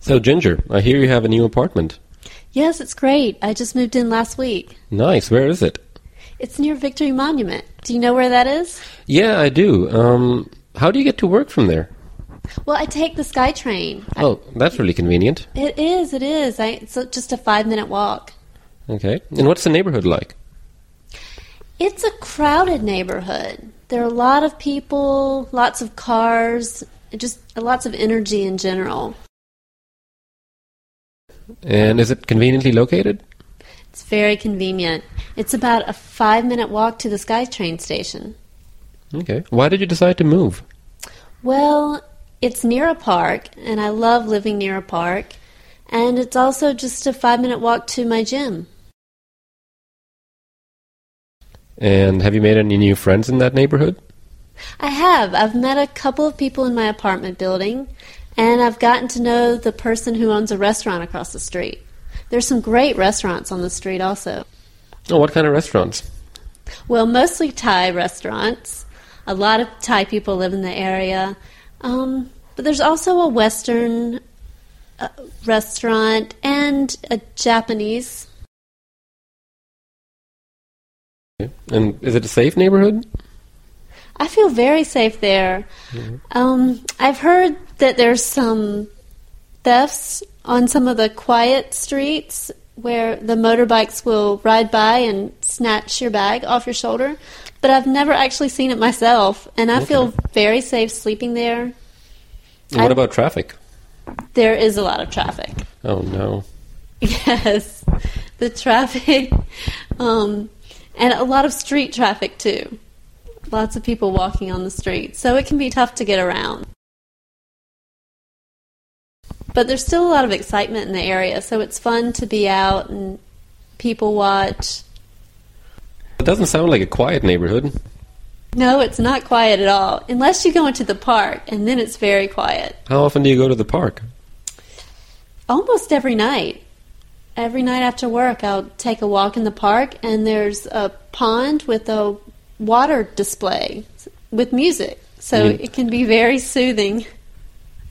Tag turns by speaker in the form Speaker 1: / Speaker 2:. Speaker 1: So, Ginger, I hear you have a new apartment.
Speaker 2: Yes, it's great. I just moved in last week.
Speaker 1: Nice. Where is it?
Speaker 2: It's near Victory Monument. Do you know where that is?
Speaker 1: Yeah, I do. Um, how do you get to work from there?
Speaker 2: Well, I take the SkyTrain.
Speaker 1: Oh, that's really convenient.
Speaker 2: It is, it is. I, it's just a five minute walk.
Speaker 1: Okay. And what's the neighborhood like?
Speaker 2: It's a crowded neighborhood. There are a lot of people, lots of cars, just lots of energy in general.
Speaker 1: And is it conveniently located?
Speaker 2: It's very convenient. It's about a five minute walk to the SkyTrain station.
Speaker 1: Okay. Why did you decide to move?
Speaker 2: Well, it's near a park, and I love living near a park. And it's also just a five minute walk to my gym.
Speaker 1: And have you made any new friends in that neighborhood?
Speaker 2: I have. I've met a couple of people in my apartment building, and I've gotten to know the person who owns a restaurant across the street. There's some great restaurants on the street also.
Speaker 1: Oh, what kind of restaurants?
Speaker 2: Well, mostly Thai restaurants. A lot of Thai people live in the area. Um, but there's also a Western uh, restaurant and a Japanese.
Speaker 1: And is it a safe neighborhood?
Speaker 2: I feel very safe there. Um, I've heard that there's some thefts on some of the quiet streets where the motorbikes will ride by and snatch your bag off your shoulder, but I've never actually seen it myself, and I feel very safe sleeping there.
Speaker 1: And what
Speaker 2: I-
Speaker 1: about traffic?
Speaker 2: There is a lot of traffic.
Speaker 1: Oh, no.
Speaker 2: Yes, the traffic, um, and a lot of street traffic too. Lots of people walking on the street, so it can be tough to get around. But there's still a lot of excitement in the area, so it's fun to be out and people watch.
Speaker 1: It doesn't sound like a quiet neighborhood.
Speaker 2: No, it's not quiet at all, unless you go into the park, and then it's very quiet.
Speaker 1: How often do you go to the park?
Speaker 2: Almost every night. Every night after work, I'll take a walk in the park, and there's a pond with a water display with music. So
Speaker 1: You-
Speaker 2: it can be very soothing.